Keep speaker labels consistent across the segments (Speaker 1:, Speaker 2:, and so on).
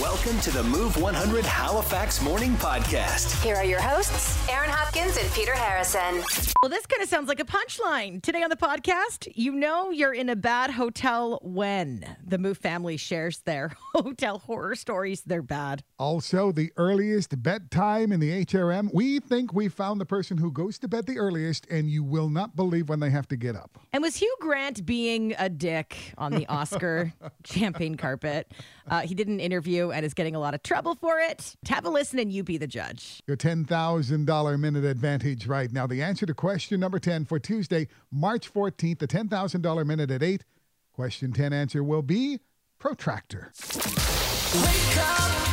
Speaker 1: Welcome to the Move 100 Halifax Morning Podcast.
Speaker 2: Here are your hosts, Aaron Hopkins and Peter Harrison.
Speaker 3: Well, this kind of sounds like a punchline. Today on the podcast, you know you're in a bad hotel when the Moo family shares their hotel horror stories. They're bad.
Speaker 4: Also, the earliest bedtime in the HRM. We think we found the person who goes to bed the earliest, and you will not believe when they have to get up.
Speaker 3: And was Hugh Grant being a dick on the Oscar champagne carpet? Uh, he did an interview and is getting a lot of trouble for it. Have a listen and you be the judge.
Speaker 4: Your $10,000 minute advantage right now. The answer to question number 10 for Tuesday, March 14th, the $10,000 minute at 8. Question 10 answer will be protractor.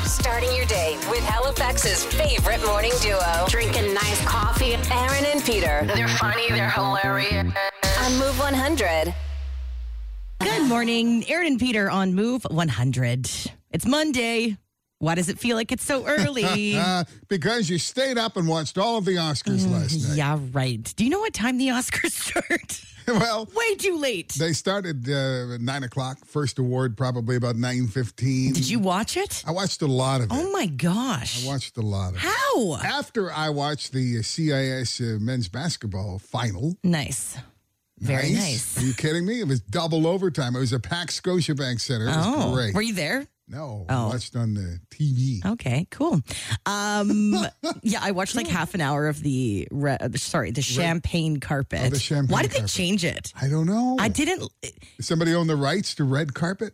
Speaker 2: Starting your day with Halifax's favorite morning duo. Drinking nice coffee. Aaron and Peter
Speaker 5: They're funny, they're hilarious.
Speaker 2: on Move 100.
Speaker 3: Good morning, Aaron and Peter on Move 100. It's Monday. Why does it feel like it's so early?
Speaker 4: Uh, because you stayed up and watched all of the Oscars
Speaker 3: Mm,
Speaker 4: last night.
Speaker 3: yeah, right. Do you know what time the Oscars start?
Speaker 4: Well,
Speaker 3: Way too late.
Speaker 4: they started uh, 9 o'clock, first award probably about 9.15.
Speaker 3: Did you watch it?
Speaker 4: I watched a lot of it.
Speaker 3: Oh my gosh.
Speaker 4: watched a lot of it.
Speaker 3: How?
Speaker 4: After I watched the uh, CIS uh, men's basketball final,
Speaker 3: Nice. Very nice.
Speaker 4: Are you kidding me? It was double overtime. It was a packed Scotiabank Center. It was
Speaker 3: Oh,
Speaker 4: great.
Speaker 3: were you there?
Speaker 4: no,
Speaker 3: Oh.
Speaker 4: I watched on the TV.
Speaker 3: Okay, cool. Um, yeah, I watched like half an hour of the re- uh, sorry the champagne carpet.
Speaker 4: the champagne
Speaker 3: Why did they
Speaker 4: carpet.
Speaker 3: change it?
Speaker 4: I don't know.
Speaker 3: I Uh. didn't.
Speaker 4: Somebody owned the rights to red carpet.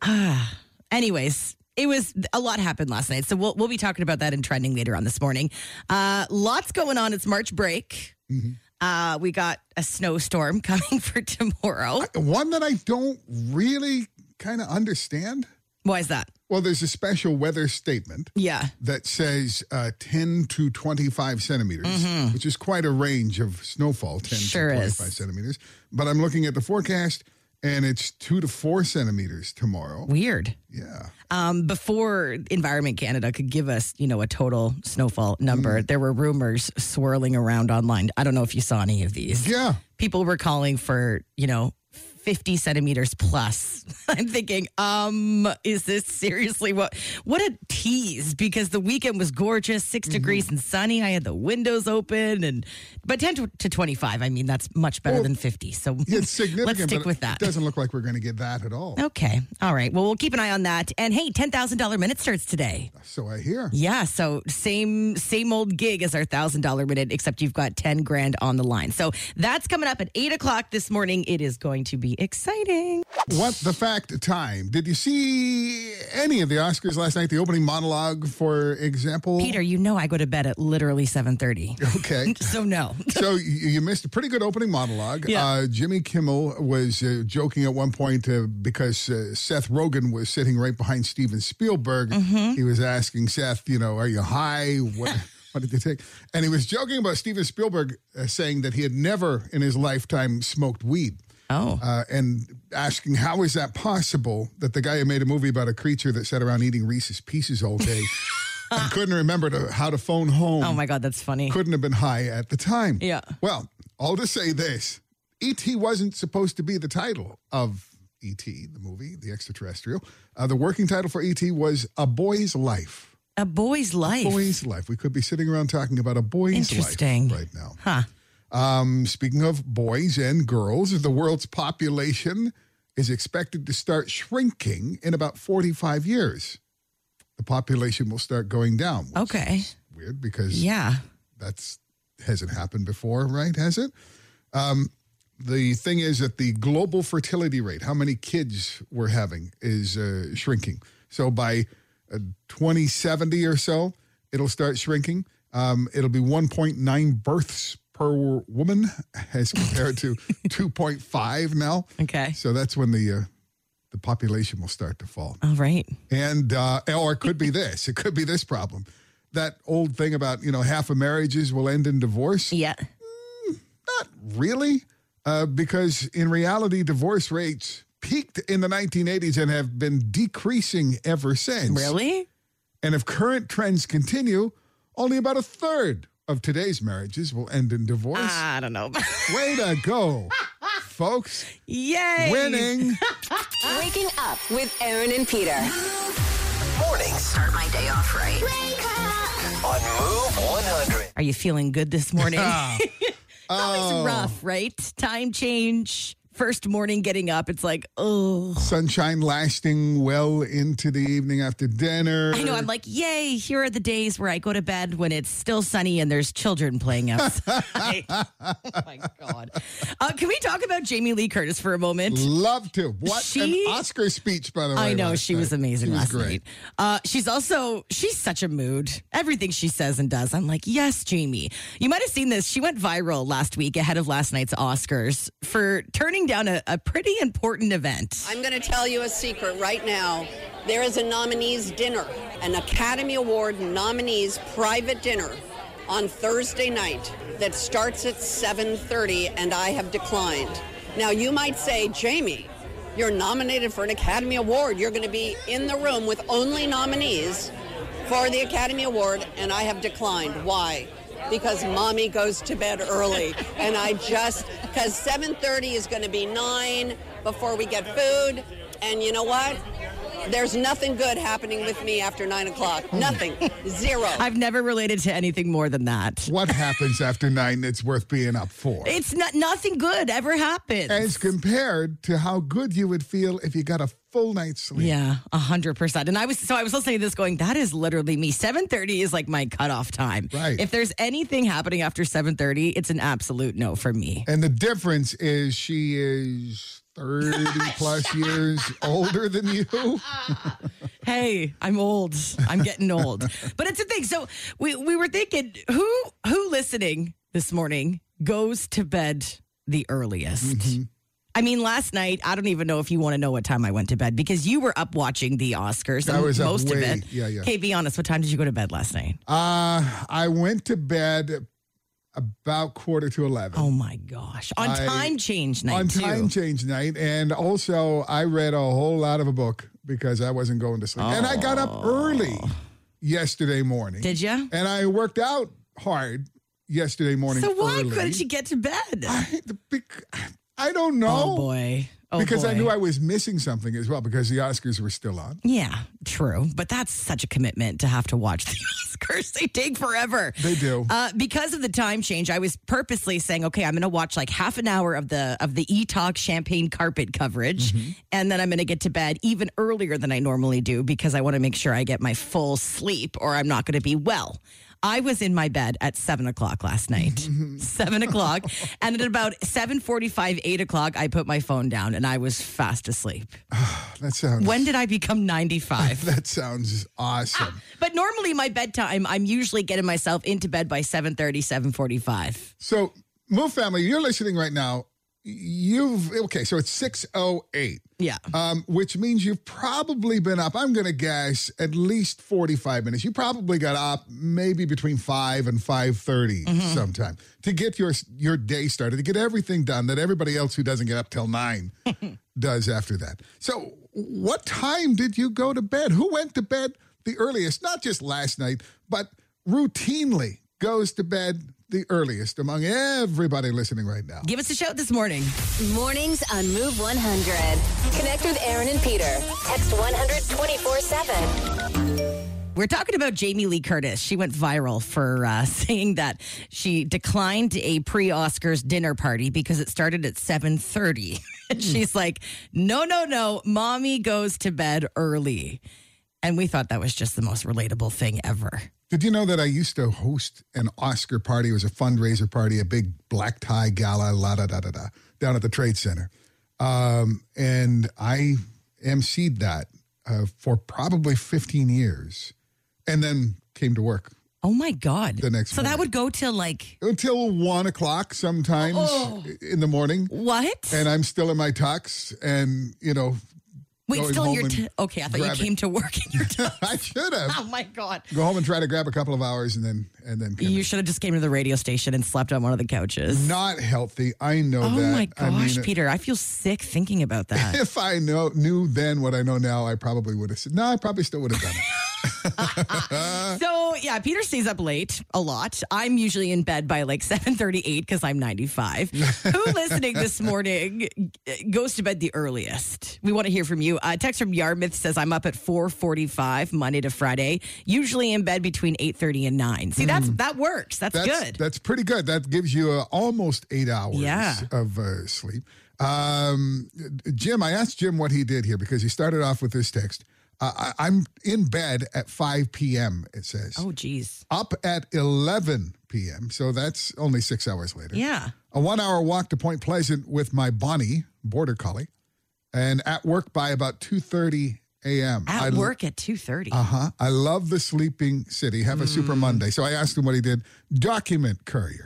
Speaker 3: Anyways, it was a lot happened last night, so we'll we'll be talking about that in trending later on this morning. Uh, lots going on. It's March break.
Speaker 4: Mm-hmm.
Speaker 3: Uh, we got a snowstorm coming for tomorrow.
Speaker 4: One that I don't really kind of understand.
Speaker 3: Why is that?
Speaker 4: Well, there's a special weather statement
Speaker 3: Yeah.
Speaker 4: that says uh, 10 to 25 centimeters, which is quite a range of snowfall, 10
Speaker 3: Mm-hmm. Sure
Speaker 4: to
Speaker 3: is.
Speaker 4: 25 centimeters. But I'm looking at the forecast, and it's 2 to 4 centimeters tomorrow.
Speaker 3: Weird.
Speaker 4: Yeah.
Speaker 3: um, before Environment Canada could give us, you know, a total snowfall
Speaker 4: Mm.
Speaker 3: number, there were rumors swirling around online. I don't know if you saw any of these.
Speaker 4: Yeah.
Speaker 3: People were calling for, you know, 50 centimeters plus. I'm thinking, um, is this seriously what? What a tease! Because the weekend was gorgeous, 6
Speaker 4: Mm-hmm.
Speaker 3: degrees and sunny. I had the windows open, and but 10 to, to 25. I mean, that's much better than 50. So
Speaker 4: It's significant.
Speaker 3: Let's stick
Speaker 4: but
Speaker 3: with that.
Speaker 4: It doesn't look like we're going to get that at all.
Speaker 3: Okay. All right. Well, we'll keep an eye on that. And hey, ten thousand dollar minute starts today.
Speaker 4: So I hear.
Speaker 3: Yeah. So same same old gig as our thousand dollar minute, except you've got ten grand on the line. So that's coming up at eight o'clock this morning. It is going to be exciting.
Speaker 4: What the fact time? Did you see any of the Oscars last night? The opening monologue, for example?
Speaker 3: Peter, you know I go to bed at literally seven thirty.
Speaker 4: Okay.
Speaker 3: So no.
Speaker 4: so you, you missed a pretty good opening monologue.
Speaker 3: Yeah.
Speaker 4: Uh, Jimmy Kimmel was uh, joking at one point uh, because uh, Seth Rogen was sitting right behind Steven Spielberg. He was asking Seth, you know, are you high? What, what did you take? And he was joking about Steven Spielberg uh, saying that he had never in his lifetime smoked weed.
Speaker 3: Oh.
Speaker 4: Uh, and asking how is that possible that the guy who made a movie about a creature that sat around eating Reese's Pieces all day and couldn't remember to, how to phone home
Speaker 3: Oh my God, that's funny.
Speaker 4: couldn't have been high at the time.
Speaker 3: Yeah.
Speaker 4: Well, all to say this E.T. wasn't supposed to be the title of E.T., the movie, the extraterrestrial. Uh, the working title for E.T. was A Boy's Life.
Speaker 3: A boy's life.
Speaker 4: Boy's Life. We could be sitting around talking about a boy's
Speaker 3: Interesting.
Speaker 4: life right now.
Speaker 3: Huh.
Speaker 4: Um, speaking of boys and girls, the world's population is expected to start shrinking in about 45 years. The population will start going down. which
Speaker 3: Okay.
Speaker 4: is Weird because
Speaker 3: Yeah.
Speaker 4: that's hasn't happened before, right? Has it? Um, the thing is that the global fertility rate, how many kids we're having, is uh, shrinking. So by uh, 2070 or so, it'll start shrinking. Um, it'll be 1.9 births per woman as compared to 2.5 now.
Speaker 3: Okay.
Speaker 4: So that's when the uh, the population will start to fall.
Speaker 3: All right.
Speaker 4: And uh, or it could be this. It could be this problem. That old thing about you know half of marriages will end in divorce.
Speaker 3: Yeah.
Speaker 4: Not really, uh, because in reality, divorce rates peaked in the 1980s and have been decreasing ever since.
Speaker 3: Really?
Speaker 4: And if current trends continue, only about a third of today's marriages will end in divorce.
Speaker 3: I don't know.
Speaker 4: Way to go, folks!
Speaker 3: Yay.
Speaker 4: Winning.
Speaker 2: Waking up with Aaron and Peter.
Speaker 1: Mornings
Speaker 5: my day off right.
Speaker 1: On Move 100.
Speaker 3: Are you feeling good this morning?
Speaker 4: Oh.
Speaker 3: It's rough, right? Time change, first morning getting up. It's like, oh.
Speaker 4: Sunshine lasting well into the evening after dinner.
Speaker 3: I know. I'm like, yay, here are the days where I go to bed when it's still sunny and there's children playing outside. oh my God. Uh, can we talk about Jamie Lee Curtis for a moment?
Speaker 4: Love to. What
Speaker 3: She-
Speaker 4: an Oscar speech, by the way.
Speaker 3: I know
Speaker 4: last
Speaker 3: she
Speaker 4: night.
Speaker 3: was amazing
Speaker 4: She was
Speaker 3: last
Speaker 4: great.
Speaker 3: night. Uh, she's also she's such a mood. Everything she says and does, I'm like, yes, Jamie. You might have seen this. She went viral last week ahead of last night's Oscars for turning down a, a pretty important event.
Speaker 6: I'm going to tell you a secret right now. There is a nominees dinner, an Academy Award nominees private dinner on Thursday night that starts at 7:30 and I have declined. Now you might say, "Jamie, you're nominated for an Academy Award. You're going to be in the room with only nominees for the Academy Award and I have declined. Why? Because mommy goes to bed early and I just cuz 7:30 is going to be 9 before we get food and you know what? There's nothing good happening with me after 9 o'clock. Nothing. Zero.
Speaker 3: I've never related to anything more than that.
Speaker 4: What happens after nine that's worth being up for?
Speaker 3: It's not nothing good ever happens.
Speaker 4: As compared to how good you would feel if you got a full night's sleep.
Speaker 3: Yeah, a hundred percent. And I was so I was listening to this going, that is literally me. Seven thirty is like my cutoff time.
Speaker 4: Right.
Speaker 3: If there's anything happening after seven thirty, it's an absolute no for me.
Speaker 4: And the difference is she is 30 plus years older than you.
Speaker 3: Hey, I'm old. I'm getting old. but it's a thing. So we we were thinking, who who listening this morning goes to bed the earliest?
Speaker 4: Mm-hmm.
Speaker 3: I mean, last night, I don't even know if you want to know what time I went to bed because you were up watching the Oscars.
Speaker 4: I
Speaker 3: and
Speaker 4: was up
Speaker 3: most of
Speaker 4: way-
Speaker 3: it.
Speaker 4: yeah, yeah.
Speaker 3: Okay, be honest. What time did you go to bed last night?
Speaker 4: Uh, I went to bed about quarter to 11.
Speaker 3: Oh my gosh. On
Speaker 4: I-
Speaker 3: time change night.
Speaker 4: on time
Speaker 3: too.
Speaker 4: change night. And also, I read a whole lot of a book because I wasn't going to sleep. And I got up early yesterday morning.
Speaker 3: Did ya?
Speaker 4: And I worked out hard yesterday morning.
Speaker 3: So why
Speaker 4: early.
Speaker 3: couldn't you get to bed?
Speaker 4: I, the big- I don't know.
Speaker 3: oh boy. Oh
Speaker 4: because I
Speaker 3: boy.
Speaker 4: knew I was missing something as well because the Oscars were still on.
Speaker 3: Yeah, true. But that's such a commitment to have to watch the Oscars. They take forever.
Speaker 4: They do.
Speaker 3: Uh, because of the time change, I was purposely saying, okay, I'm going to watch like half an hour of the of the E Talk Champagne Carpet coverage,
Speaker 4: Mm-hmm.
Speaker 3: and then I'm going to get to bed even earlier than I normally do because I want to make sure I get my full sleep, or I'm not going to be well. I was in my bed at seven o'clock last night.
Speaker 4: Mm-hmm.
Speaker 3: seven o'clock, and at about seven forty-five, eight o'clock, I put my phone down and I was fast asleep.
Speaker 4: That sounds
Speaker 3: When did I become ninety-five?
Speaker 4: that sounds awesome.
Speaker 3: But normally my bedtime, I'm usually getting myself into bed by 7.30, 7.45.
Speaker 4: So, Move family, you're listening right now. You've okay, so it's six oh eight.
Speaker 3: Yeah.
Speaker 4: Um, which means you've probably been up, I'm going to guess, at least 45 minutes. You probably got up maybe between 5 and 5.30 sometime to get your, your day started, to get everything done that everybody else who doesn't get up till 9 does after that. So what time did you go to bed? Who went to bed the earliest? Not just last night, but routinely goes to bed the earliest among everybody listening right now.
Speaker 3: Give us a shout this morning.
Speaker 2: Mornings on Move 100. Connect with Aaron and Peter. Text 124 7.
Speaker 3: We're talking about Jamie Lee Curtis. She went viral for uh, saying that she declined a pre-Oscars dinner party because it started at 7.30. and she's like, no, no, no, mommy goes to bed early. And we thought that was just the most relatable thing ever.
Speaker 4: Did you know that I used to host an Oscar party? It was a fundraiser party, a big black tie gala, la da da da da, down at the Trade Center. Um, and I emceed that uh, for probably 15 years and then came to work
Speaker 3: Oh my God.
Speaker 4: The next
Speaker 3: So
Speaker 4: morning.
Speaker 3: that would go till like,
Speaker 4: until one o'clock sometimes
Speaker 3: Oh.
Speaker 4: in the morning.
Speaker 3: what?
Speaker 4: And I'm still in my tux and, you know,
Speaker 3: Wait,
Speaker 4: going
Speaker 3: still in
Speaker 4: home
Speaker 3: your,
Speaker 4: and
Speaker 3: t- okay, I thought you
Speaker 4: grabbing-
Speaker 3: came to work in your t-
Speaker 4: I should
Speaker 3: Oh
Speaker 4: have.
Speaker 3: my God.
Speaker 4: Go home and try to grab a couple of hours and then, and then come
Speaker 3: You
Speaker 4: in.
Speaker 3: should have just came to the radio station and slept on one of the couches.
Speaker 4: Not healthy. I know
Speaker 3: oh
Speaker 4: that.
Speaker 3: my
Speaker 4: I
Speaker 3: gosh,
Speaker 4: mean,
Speaker 3: Peter, I feel sick thinking about that.
Speaker 4: if I know knew then what I know now, I probably would have said no. I probably still would have done it.
Speaker 3: so yeah, Peter stays up late a lot. I'm usually in bed by like 7:38 because I'm 95. Who listening this morning g- goes to bed the earliest? We want to hear from you. Uh, text from Yarmouth says I'm up at 4:45 Monday to Friday. Usually in bed between 8:30 and 9. See, that's that works. That's,
Speaker 4: Mm. that's,
Speaker 3: good.
Speaker 4: That's pretty good. That gives you uh, almost eight hours
Speaker 3: Yeah.
Speaker 4: of uh, sleep. Um, Jim, I asked Jim what he did here because he started off with this text. Uh, I, I'm in bed at 5 p.m., it says.
Speaker 3: oh, geez.
Speaker 4: Up at 11 p.m., so that's only six hours later.
Speaker 3: Yeah.
Speaker 4: A one hour walk to Point Pleasant with my Bonnie, border collie, and at work by about 2.30 a.m.
Speaker 3: At
Speaker 4: I-
Speaker 3: work at 2:30.
Speaker 4: uh huh. I love the sleeping city. Have a super
Speaker 3: Mm.
Speaker 4: Monday. So I asked him what he did. Document courier.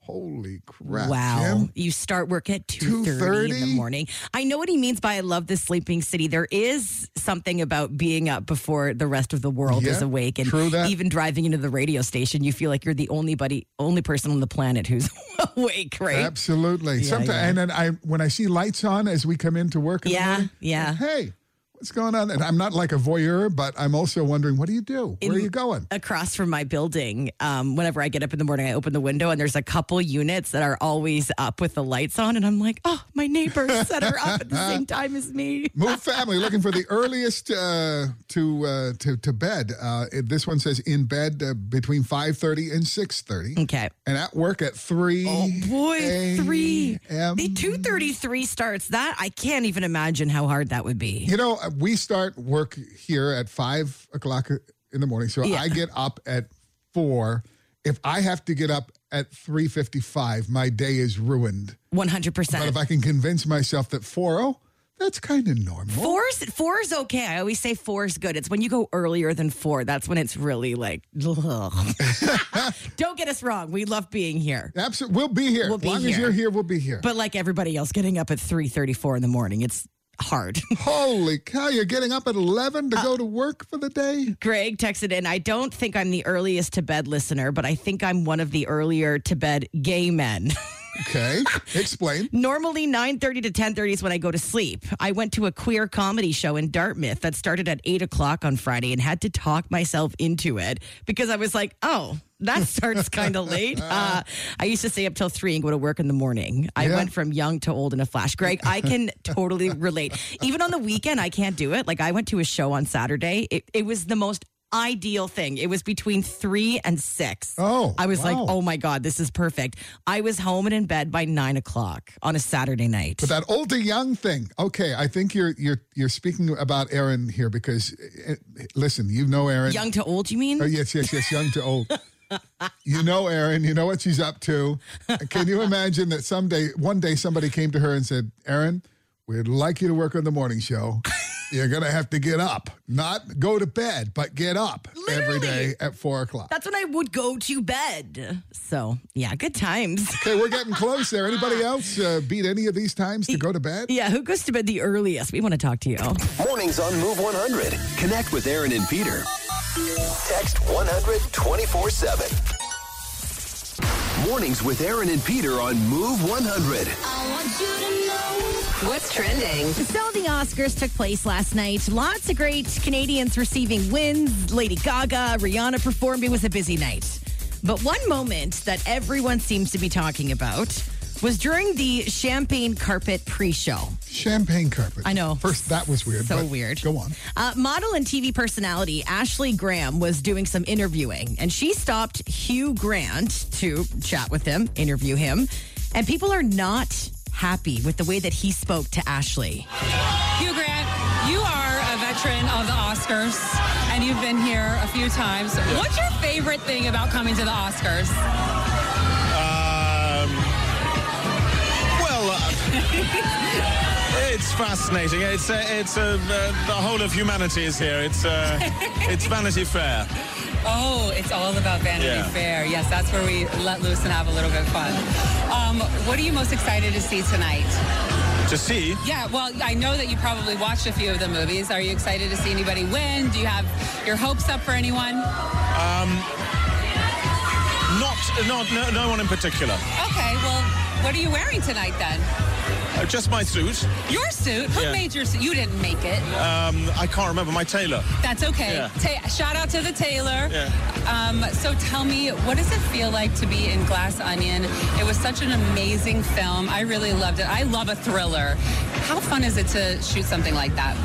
Speaker 4: Holy crap!
Speaker 3: Wow.
Speaker 4: Jim.
Speaker 3: You start work at 2.30 in the
Speaker 4: 2:30?
Speaker 3: morning. I know what he means by I love the sleeping city. There is something about being up before the rest of the world is
Speaker 4: Yeah,
Speaker 3: awake. And
Speaker 4: true that.
Speaker 3: even driving into the radio station, you feel like you're the only buddy, only person on the planet who's awake, right?
Speaker 4: Absolutely. Sometimes,
Speaker 3: yeah.
Speaker 4: and then I when I see lights on as we come in to work. in the
Speaker 3: Yeah,
Speaker 4: morning,
Speaker 3: yeah.
Speaker 4: Hey, what's going on? And I'm not like a voyeur, but I'm also wondering, what do you do? Where are you going?
Speaker 3: across from my building, um, whenever I get up in the morning, I open the window and there's a couple units that are always up with the lights on. And I'm like, oh, my neighbors that are up at the same time as me.
Speaker 4: Move family looking for the earliest uh, to uh, to to bed. Uh, it- this one says in bed uh, between five thirty and six thirty,
Speaker 3: Okay.
Speaker 4: and at work at three.
Speaker 3: Oh boy, three.
Speaker 4: a.m..
Speaker 3: The two thirty three starts. That I can't even imagine how hard that would be.
Speaker 4: You know, uh, we start work here at five o'clock in the morning, so I get up at four. If I have to get up at three fifty-five, my day is ruined.
Speaker 3: One hundred
Speaker 4: But
Speaker 3: percent.
Speaker 4: if I can convince myself that four oh, that's kind of normal.
Speaker 3: Four's four is okay. I always say four is good. It's when you go earlier than four. That's when it's really like. ugh. Don't get us wrong. We love being here,
Speaker 4: Absolutely, we'll be here.
Speaker 3: We'll
Speaker 4: as
Speaker 3: be
Speaker 4: long as
Speaker 3: here.
Speaker 4: you're here, we'll be here.
Speaker 3: but like everybody else, getting up at three thirty four in the morning, it's hard.
Speaker 4: Holy cow! You're getting up at eleven to go to work for the day.
Speaker 3: Greg texted in. I don't think I'm the earliest to bed listener, but I think I'm one of the earlier to bed gay men.
Speaker 4: Okay, explain.
Speaker 3: Normally 9:30 to 10:30 is when I go to sleep. I went to a queer comedy show in Dartmouth that started at 8 o'clock on Friday and had to talk myself into it because I was like, oh, that starts kind of late. Uh, I used to stay up till 3 and go to work in the morning. I
Speaker 4: Yeah.
Speaker 3: went from young to old in a flash. Greg, I can totally relate. Even on the weekend, I can't do it. Like I went to a show on Saturday. It, it was the most ideal thing. It was between 3 and 6.
Speaker 4: Oh,
Speaker 3: I was like,
Speaker 4: wow.
Speaker 3: oh my God, this is perfect. I was home and in bed by nine o'clock on a Saturday night.
Speaker 4: But that old to young thing. Okay, I think you're you're you're speaking about Aaron here because, uh, uh, listen, you know Aaron.
Speaker 3: Young to old, you mean?
Speaker 4: Oh, yes, yes, yes, young to old. You know Erin, you know what she's up to. Can you imagine that someday, one day, somebody came to her and said, Erin, we'd like you to work on the morning show. You're going to have to get up, not go to bed, but get up every
Speaker 3: Literally.
Speaker 4: day at four o'clock.
Speaker 3: That's when I would go to bed. So, yeah, good times.
Speaker 4: Okay, we're getting close there. Anybody else uh, beat any of these times to go to bed?
Speaker 3: yeah, who goes to bed the earliest? We want to talk to you.
Speaker 1: Mornings on Move 100. Connect with Aaron and Peter. Text 100 24 7. Mornings with Aaron and Peter on Move 100.
Speaker 2: What's trending?
Speaker 3: So the Oscars took place last night. Lots of great Canadians receiving wins. Lady Gaga, Rihanna performed. It was a busy night. But one moment that everyone seems to be talking about was during the Champagne Carpet pre-show.
Speaker 4: Champagne carpet.
Speaker 3: I know.
Speaker 4: First, that was weird.
Speaker 3: So
Speaker 4: but
Speaker 3: weird.
Speaker 4: Go on.
Speaker 3: Uh, model and TV personality Ashley Graham was doing some interviewing, and she stopped Hugh Grant to chat with him, interview him, and people are not happy with the way that he spoke to Ashley.
Speaker 7: Hugh Grant, you are a veteran of the Oscars and you've been here a few times. What's your favorite thing about coming to the Oscars?
Speaker 8: Um, well, uh, it's fascinating. It's uh, it's uh, the, the whole of humanity is here. It's uh, it's Vanity Fair.
Speaker 7: Oh, it's all about Vanity
Speaker 8: Yeah.
Speaker 7: Fair. Yes, that's where we let loose and have a little bit of fun. Um, what are you most excited to see tonight?
Speaker 8: To see,
Speaker 7: Yeah, well, I know that you probably watched a few of the movies. Are you excited to see anybody win? Do you have your hopes up for anyone?
Speaker 8: not not no, no one in particular.
Speaker 7: Okay, well, what are you wearing tonight then?
Speaker 8: Uh, just my suit.
Speaker 7: Your suit? Who
Speaker 8: Yeah.
Speaker 7: made your suit? You didn't make it.
Speaker 8: Um, I can't remember my tailor.
Speaker 7: That's okay.
Speaker 8: Yeah.
Speaker 7: Ta- shout out to the tailor.
Speaker 8: Yeah.
Speaker 7: Um, so tell me, what does it feel like to be in Glass Onion? It was such an amazing film. I really loved it. I love a thriller. How fun is it to shoot something like that?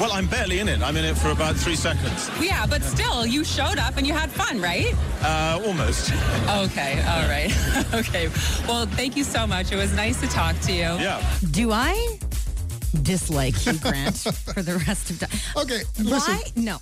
Speaker 8: Well, I'm barely in it. I'm in it for about three seconds.
Speaker 7: Yeah, but still, you showed up and you had fun, right?
Speaker 8: Uh, almost.
Speaker 7: Okay, all right. okay. Well, thank you so much. It was nice to talk to you.
Speaker 8: Yeah.
Speaker 3: Do I dislike Hugh Grant for the rest of time?
Speaker 4: Okay, listen.
Speaker 3: Why? No.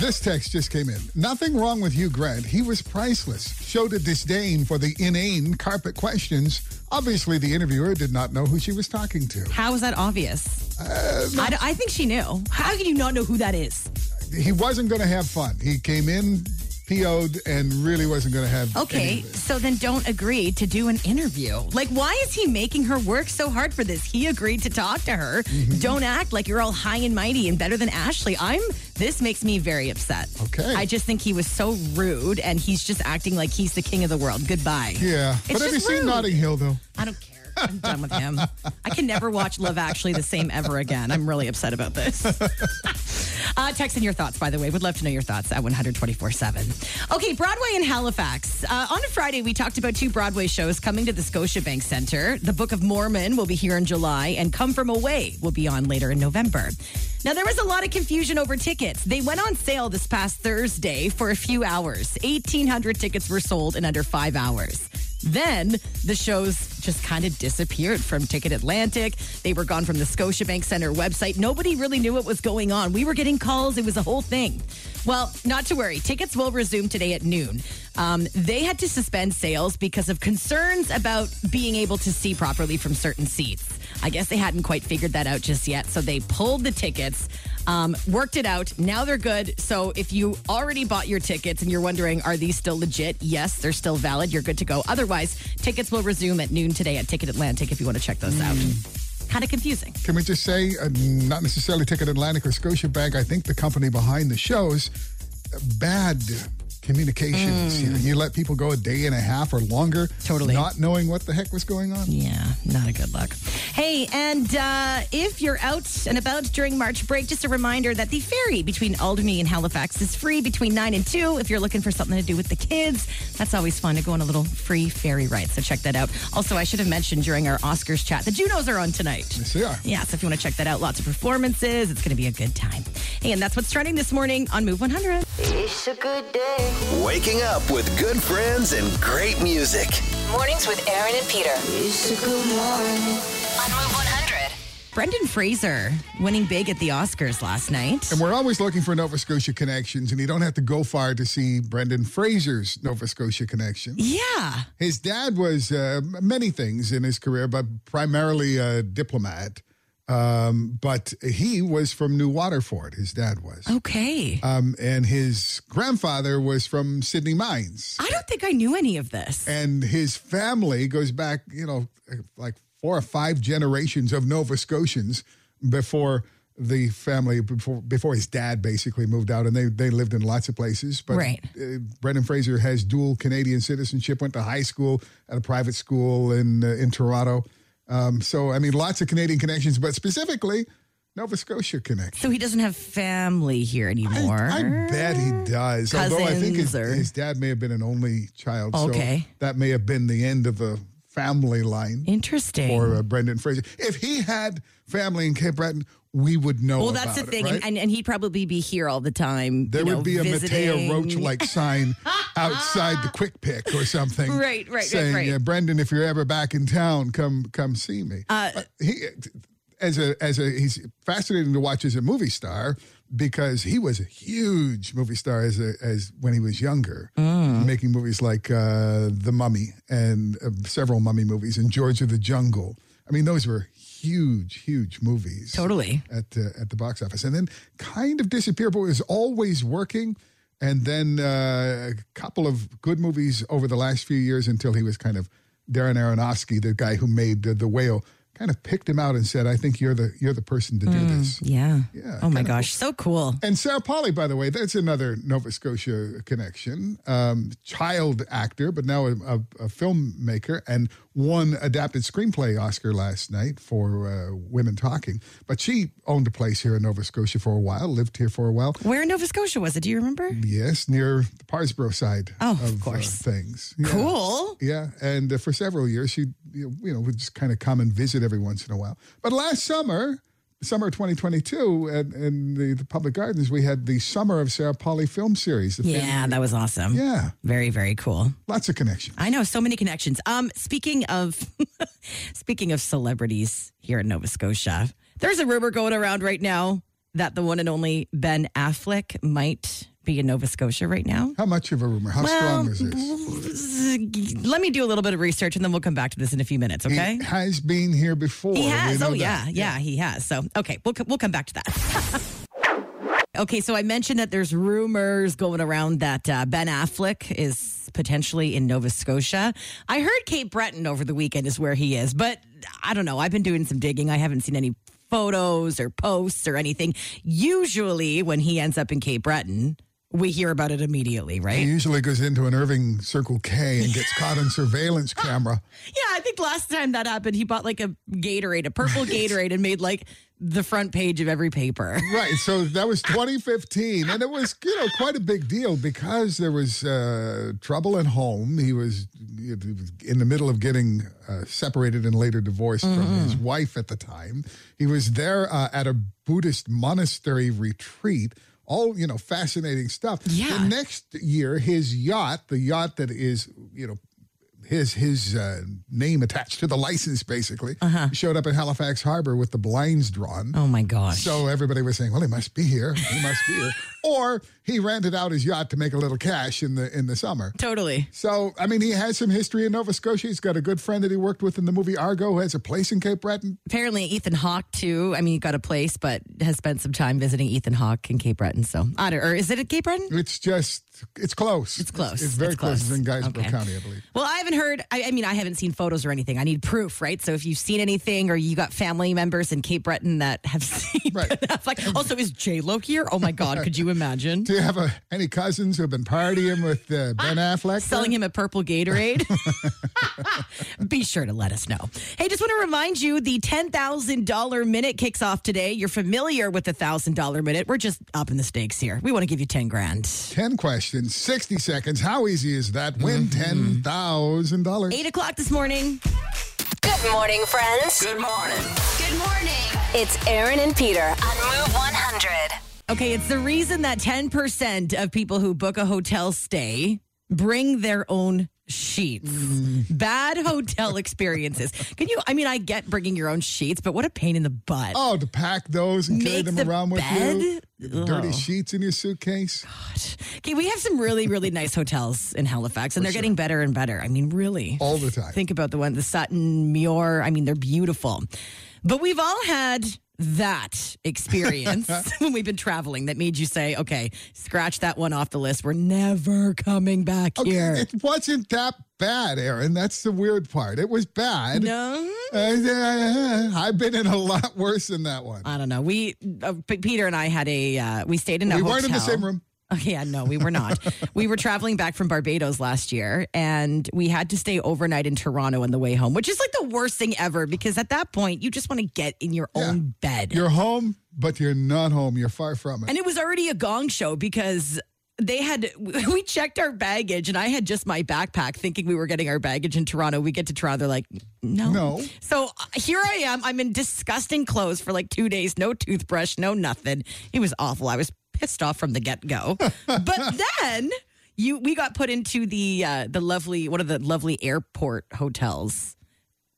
Speaker 4: This text just came in. Nothing wrong with Hugh Grant. He was priceless. Showed a disdain for the inane carpet questions. Obviously, the interviewer did not know who she was talking to.
Speaker 3: How is that obvious?
Speaker 4: Um,
Speaker 3: I, d- I think she knew. How can you not know who that is?
Speaker 4: He wasn't going to have fun. He came in PO'd and really wasn't going to have. any
Speaker 3: Okay,
Speaker 4: of it.
Speaker 3: so then don't agree to do an interview. Like, why is he making her work so hard for this? He agreed to talk to her.
Speaker 4: Mm-hmm.
Speaker 3: Don't act like you're all high and mighty and better than Ashley. I'm, this makes me very upset.
Speaker 4: Okay.
Speaker 3: I just think he was so rude and he's just acting like he's the king of the world. Goodbye.
Speaker 4: Yeah. but have you
Speaker 3: just
Speaker 4: seen
Speaker 3: rude.
Speaker 4: Notting Hill, though?
Speaker 3: I don't care. I'm done with him. I can never watch Love Actually the same ever again. I'm really upset about this. uh, text in your thoughts, by the way. Would love to know your thoughts at 124 7. Okay, Broadway in Halifax. Uh, on a Friday, we talked about two Broadway shows coming to the Scotiabank Center. The Book of Mormon will be here in July, and Come From Away will be on later in November. Now, there was a lot of confusion over tickets. They went on sale this past Thursday for a few hours. 1,800 tickets were sold in under five hours. Then the shows just kind of disappeared from Ticket Atlantic. They were gone from the Scotiabank Center website. Nobody really knew what was going on. We were getting calls. It was a whole thing. Well, not to worry. Tickets will resume today at noon. Um, they had to suspend sales because of concerns about being able to see properly from certain seats. I guess they hadn't quite figured that out just yet. So they pulled the tickets, um, worked it out. Now they're good. So if you already bought your tickets and you're wondering, are these still legit? Yes, they're still valid. You're good to go. Otherwise, tickets will resume at noon today at Ticket Atlantic if you want to check those out. Kind of confusing.
Speaker 4: Can we just say, uh, not necessarily Ticket Atlantic or Scotiabank, I think the company behind the shows, uh, bad communications. You, know, you let people go a day and a half or longer.
Speaker 3: Mm. Totally.
Speaker 4: Not knowing what the heck was going on.
Speaker 3: Yeah, not a good look. Hey, and uh, if you're out and about during March break, just a reminder that the ferry between Alderney and Halifax is free between 9 and 2 if you're looking for something to do with the kids. That's always fun to go on a little free ferry ride, so check that out. Also, I should have mentioned during our Oscars chat, the Junos are on tonight.
Speaker 4: Yes, they are.
Speaker 3: Yeah, so if you want to check that out, lots of performances. It's going to be a good time. Hey, and that's what's trending this morning on Move 100.
Speaker 2: It's a good day.
Speaker 1: Waking up with good friends and great music.
Speaker 2: Mornings with Aaron and Peter. It's a good morning. On Move 100.
Speaker 3: Brendan Fraser winning big at the Oscars last night.
Speaker 4: And we're always looking for Nova Scotia connections, and you don't have to go far to see Brendan Fraser's Nova Scotia connection.
Speaker 3: Yeah.
Speaker 4: His dad was uh, m- many things in his career, but primarily a diplomat. Um, but he was from New Waterford, his dad was.
Speaker 3: Okay.
Speaker 4: Um, and his grandfather was from Sydney Mines.
Speaker 3: I don't think I knew any of this.
Speaker 4: And his family goes back, you know, like four or five generations of Nova Scotians before the family before before his dad basically moved out and they they lived in lots of places but
Speaker 3: Right.
Speaker 4: uh, Brendan Fraser has dual Canadian citizenship went to high school at a private school in uh, in Toronto um, so I mean lots of Canadian connections but specifically Nova Scotia connections
Speaker 3: So he doesn't have family here anymore.
Speaker 4: I bet he does. Although I think his,
Speaker 3: Cousins or-
Speaker 4: his dad may have been an only child.
Speaker 3: Okay.
Speaker 4: So that may have been the end of a family line
Speaker 3: Interesting.
Speaker 4: for uh, Brendan Fraser. If he had family in Cape Breton, we would know.
Speaker 3: well, that's the
Speaker 4: about it,
Speaker 3: thing,
Speaker 4: right?
Speaker 3: and, and and he'd probably be here all the time.
Speaker 4: there
Speaker 3: you
Speaker 4: would
Speaker 3: know,
Speaker 4: be a
Speaker 3: visiting.
Speaker 4: Matea Roach like sign outside the quick pick or something.
Speaker 3: Right, right, right,
Speaker 4: saying,
Speaker 3: right.
Speaker 4: "Yeah, Brendan, if you're ever back in town, come come see me.
Speaker 3: Uh,
Speaker 4: But he as a as a he's fascinating to watch as a movie star because he was a huge movie star as a, as when he was younger,
Speaker 3: Mm.
Speaker 4: making movies like uh, The Mummy and uh, several Mummy movies and George of the Jungle. I mean, those were huge, huge movies
Speaker 3: Totally.
Speaker 4: at the at the box office, and then kind of disappeared, but was always working. And then uh, a couple of good movies over the last few years until he was kind of Darren Aronofsky, the guy who made uh, The Whale, kind of picked him out and said, "I think you're the you're the person to do this."
Speaker 3: Yeah.
Speaker 4: Yeah,
Speaker 3: oh my
Speaker 4: kinda
Speaker 3: gosh, so cool.
Speaker 4: And Sarah Polly, by the way, that's another Nova Scotia connection. Um, child actor, but now a, a, a filmmaker, and won adapted screenplay Oscar last night for uh, Women Talking. But she owned a place here in Nova Scotia for a while, lived here for a while.
Speaker 3: Where in Nova Scotia was it? Do you remember?
Speaker 4: Yes, near the Parsbro side
Speaker 3: Oh, of
Speaker 4: uh,
Speaker 3: course.
Speaker 4: things. Yeah.
Speaker 3: Cool.
Speaker 4: Yeah, and uh, for several years, she you know, you know would just kind of come and visit every once in a while. But last summer, summer 2022, at, in the, the public gardens, we had the summer of Sarah Polly film series. The film-
Speaker 3: Yeah, that was awesome.
Speaker 4: yeah,
Speaker 3: Very, very cool.
Speaker 4: lots of connection.
Speaker 3: I know so many connections. Um, speaking of speaking of celebrities here in Nova Scotia, there's a rumor going around right now that the one and only Ben Affleck might be in Nova Scotia right now.
Speaker 4: How much of a rumor? How strong is this?
Speaker 3: Let me do a little bit of research and then we'll come back to this in a few minutes, okay?
Speaker 4: He has been here before.
Speaker 3: He
Speaker 4: We
Speaker 3: has.
Speaker 4: know
Speaker 3: Oh
Speaker 4: that.
Speaker 3: yeah, yeah, he has. So okay, we'll co- we'll come back to that. okay, so I mentioned that there's rumors going around that uh, Ben Affleck is potentially in Nova Scotia. I heard Cape Breton over the weekend is where he is, but I don't know. I've been doing some digging. I haven't seen any photos or posts or anything. Usually, when he ends up in Cape Breton, we hear about it immediately, right?
Speaker 4: He usually goes into an Irving Circle K and gets caught on surveillance camera.
Speaker 3: Yeah, I think last time that happened, he bought like a Gatorade, a purple Gatorade, and made like the front page of every paper.
Speaker 4: Right. So that was 2015, and it was you know quite a big deal because there was uh, trouble at home. He was he was in the middle of getting uh, separated and later divorced from his wife at the time. He was there uh, at a Buddhist monastery retreat. All you know, fascinating stuff.
Speaker 3: Yeah.
Speaker 4: The next year, his yacht, the yacht that is you know his his uh, name attached to the license, basically, showed up in Halifax Harbor with the blinds drawn.
Speaker 3: Oh my gosh.
Speaker 4: So everybody was saying, "Well, he must be here. He must be here," or he rented out his yacht to make a little cash in the in the summer.
Speaker 3: totally.
Speaker 4: So, I mean, he has some history in Nova Scotia. He's got a good friend that he worked with in the movie Argo, who has a place in Cape Breton.
Speaker 3: Apparently, Ethan Hawke, too. I mean, he got a place, but has spent some time visiting Ethan Hawke in Cape Breton. So, I don't, or is it at Cape Breton?
Speaker 4: It's just, it's close. It's
Speaker 3: close.
Speaker 4: It's, very
Speaker 3: It's
Speaker 4: close.
Speaker 3: close.
Speaker 4: It's in Geisborough
Speaker 3: Okay.
Speaker 4: County, I believe.
Speaker 3: Well, I haven't heard. I, I mean, I haven't seen photos or anything. I need proof, right? So if you've seen anything, or you got family members in Cape Breton that have seen,
Speaker 4: Right.
Speaker 3: Ben Affleck. Also, is J Lo here? Oh my God, could you imagine
Speaker 4: Do you have a, any cousins who have been partying with uh, Ben Affleck?
Speaker 3: Ah, selling him a purple Gatorade? Be sure to let us know. Hey, just want to remind you the $10,000 minute kicks off today. You're familiar with the $1,000 minute. We're just upping the stakes here. We want to give you 10 grand.
Speaker 4: 10 questions, 60 seconds. How easy is that? Win
Speaker 3: Mm-hmm.
Speaker 4: $10,000.
Speaker 3: 8 o'clock this morning.
Speaker 2: Good morning, friends.
Speaker 5: Good morning. Good morning.
Speaker 2: It's Aaron and Peter on Move 100.
Speaker 3: Okay, it's the reason that 10% of people who book a hotel stay bring their own sheets. Bad hotel experiences. Can you, I mean, I get bringing your own sheets, but what a pain in the butt.
Speaker 4: Oh, to pack those and carry
Speaker 3: Make
Speaker 4: them
Speaker 3: the
Speaker 4: around with you.
Speaker 3: bed?
Speaker 4: The Dirty
Speaker 3: Ugh.
Speaker 4: sheets in your suitcase.
Speaker 3: Okay, we have some really, really nice hotels in Halifax, and they're getting better and better. I mean, really.
Speaker 4: All the time.
Speaker 3: Think about the one, the Sutton, Muir. I mean, they're beautiful. But we've all had that experience when we've been traveling that made you say, okay, scratch that one off the list. We're never coming back
Speaker 4: Okay,
Speaker 3: here.
Speaker 4: it wasn't that bad, Aaron. That's the weird part. It was bad.
Speaker 3: no.
Speaker 4: Uh, I've been in a lot worse than that one.
Speaker 3: I don't know. We, uh, P- Peter and I had a, uh, we stayed in a
Speaker 4: we
Speaker 3: hotel.
Speaker 4: weren't in the same room.
Speaker 3: Oh, yeah, no, we were not. we were traveling back from Barbados last year and we had to stay overnight in Toronto on the way home, which is like the worst thing ever because at that point you just want to get in your own bed.
Speaker 4: You're home, but you're not home. You're far from it.
Speaker 3: and it was already a gong show because they had we checked our baggage and I had just my backpack thinking we were getting our baggage in Toronto. We get to Toronto, they're like, no.
Speaker 4: No.
Speaker 3: So uh, here I am. I'm in disgusting clothes for like two days, no toothbrush, no nothing. It was awful. I was pissed off from the get go. but then you we got put into the uh, the lovely one of the lovely airport hotels.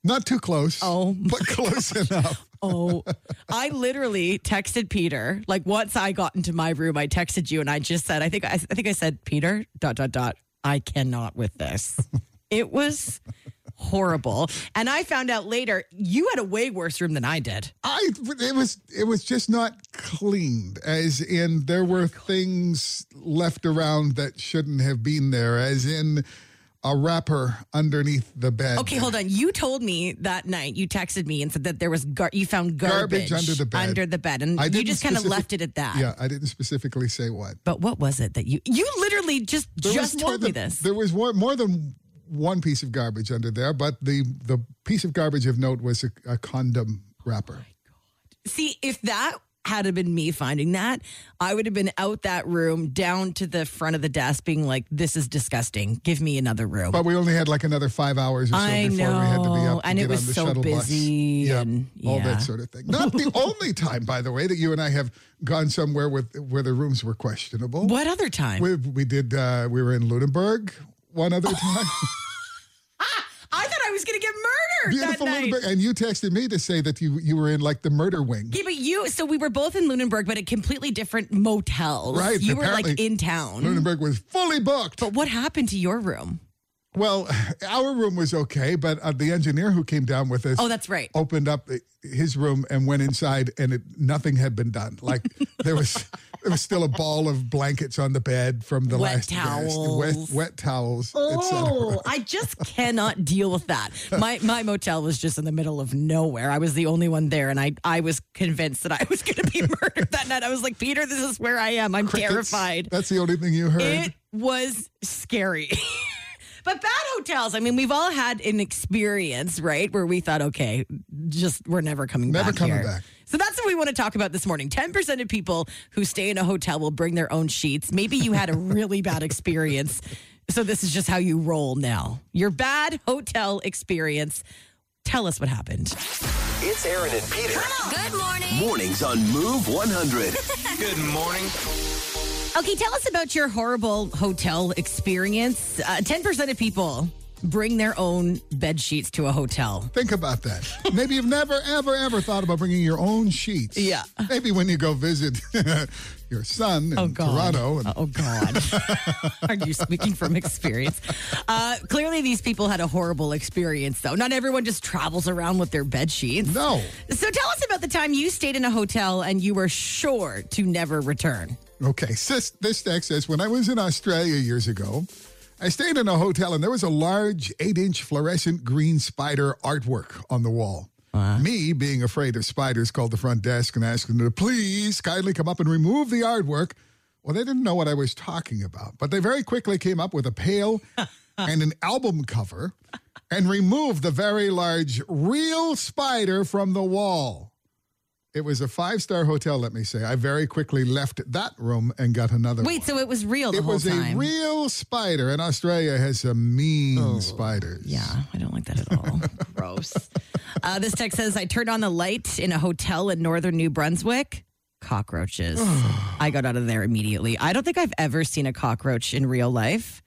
Speaker 4: Not too close.
Speaker 3: Oh,
Speaker 4: but close enough.
Speaker 3: Oh, I literally texted Peter. Like once I got into my room, I texted you and I just said, I think I, I think I said, Peter, dot dot dot, I cannot with this. it was horrible. And I found out later you had a way worse room than I did.
Speaker 4: I it was it was just not cleaned as in there were things left around that shouldn't have been there as in a wrapper underneath the bed.
Speaker 3: Okay, hold on. You told me that night. You texted me and said that there was gar- you found garbage,
Speaker 4: Garbage under the bed.
Speaker 3: under the bed, and
Speaker 4: I
Speaker 3: you
Speaker 4: didn't
Speaker 3: just kind of
Speaker 4: specific-
Speaker 3: left it at that.
Speaker 4: Yeah, I didn't specifically say what.
Speaker 3: But what was it that you you literally just just
Speaker 4: was more
Speaker 3: told me
Speaker 4: than-
Speaker 3: this?
Speaker 4: There was more, more than one piece of garbage under there, but the the piece of garbage of note was a, a condom
Speaker 3: Oh
Speaker 4: wrapper.
Speaker 3: See, if that had have been me finding that, I would have been out that room down to the front of the desk, being like, "This is disgusting. Give me another room."
Speaker 4: But we only had like another five hours or so
Speaker 3: I
Speaker 4: before we had to be
Speaker 3: know,
Speaker 4: up to
Speaker 3: and it
Speaker 4: get
Speaker 3: was
Speaker 4: on the
Speaker 3: so
Speaker 4: shuttle
Speaker 3: busy
Speaker 4: bus.
Speaker 3: and-
Speaker 4: all
Speaker 3: yeah.
Speaker 4: that sort of thing. Not the only time, by the way, that you and I have gone somewhere with where the rooms were questionable.
Speaker 3: what other time?
Speaker 4: We, we did. Uh, we were in Lunenburg one other time.
Speaker 3: I thought I was going to get murdered
Speaker 4: Beautiful
Speaker 3: that night.
Speaker 4: Lunenburg, and you texted me to say that you you were in like the murder wing.
Speaker 3: Yeah, but you. So we were both in Lunenburg, but at completely different motels.
Speaker 4: Right,
Speaker 3: You were like
Speaker 4: apparently.
Speaker 3: in town.
Speaker 4: Lunenburg was fully booked.
Speaker 3: But what happened to your room?
Speaker 4: Well, our room was okay, but uh, the engineer who came down with us.
Speaker 3: Oh, that's right.
Speaker 4: Opened up uh, his room and went inside, and it, nothing had been done. Like there was, there was still a ball of blankets on the bed from the
Speaker 3: Wet
Speaker 4: last
Speaker 3: towels.
Speaker 4: guest, wet, wet towels. et cetera.
Speaker 3: Oh, I just cannot deal with that. My my motel was just in the middle of nowhere. I was the only one there, and I I was convinced that I was going to be murdered that night. I was like, Peter, this is where I am. I'm
Speaker 4: Crickets.
Speaker 3: terrified.
Speaker 4: That's the only thing you heard.
Speaker 3: It was scary. But bad hotels, I mean, we've all had an experience, right? Where we thought, okay, just we're never coming
Speaker 4: Never
Speaker 3: back.
Speaker 4: coming
Speaker 3: here.
Speaker 4: back.
Speaker 3: So that's what we want to talk about this morning. 10% of people who stay in a hotel will bring their own sheets. Maybe you had a really bad experience. So this is just how you roll now. Your bad hotel experience. Tell us what happened.
Speaker 1: It's Aaron and Peter.
Speaker 5: Good morning.
Speaker 1: Mornings on Move 100.
Speaker 8: Good morning.
Speaker 3: Okay, tell us about your horrible hotel experience. Uh, 10% of people bring their own bed sheets to a hotel.
Speaker 4: Think about that. Maybe you've never, ever, ever thought about bringing your own sheets.
Speaker 3: Yeah.
Speaker 4: Maybe when you go visit your son in
Speaker 3: Oh God!
Speaker 4: Toronto. And
Speaker 3: oh God! Are you speaking from experience? Uh, clearly, these people had a horrible experience, though. Not everyone just travels around with their bed sheets.
Speaker 4: no.
Speaker 3: So, tell us about the time you stayed in a hotel and you were sure to never return.
Speaker 4: Okay, sis, this text says When I was in Australia years ago, I stayed in a hotel and there was a large eight inch fluorescent green spider artwork on the wall. Me, being afraid of spiders, called the front desk and asked them to please kindly come up and remove the artwork. Well, they didn't know what I was talking about, but they very quickly came up with a pail and an album cover and removed the very large real spider from the wall. It was a five star hotel, let me say. I very quickly left that room and got another
Speaker 3: Wait,
Speaker 4: one.
Speaker 3: so it was real the
Speaker 4: it
Speaker 3: whole
Speaker 4: was
Speaker 3: time?
Speaker 4: a real spider, and Australia has some mean spiders.
Speaker 3: Oh, Yeah, I don't like that at all. Gross. Uh, this text says I turned on the light in a hotel in northern New Brunswick. Cockroaches. I got out of there immediately. I don't think I've ever seen a cockroach in real life.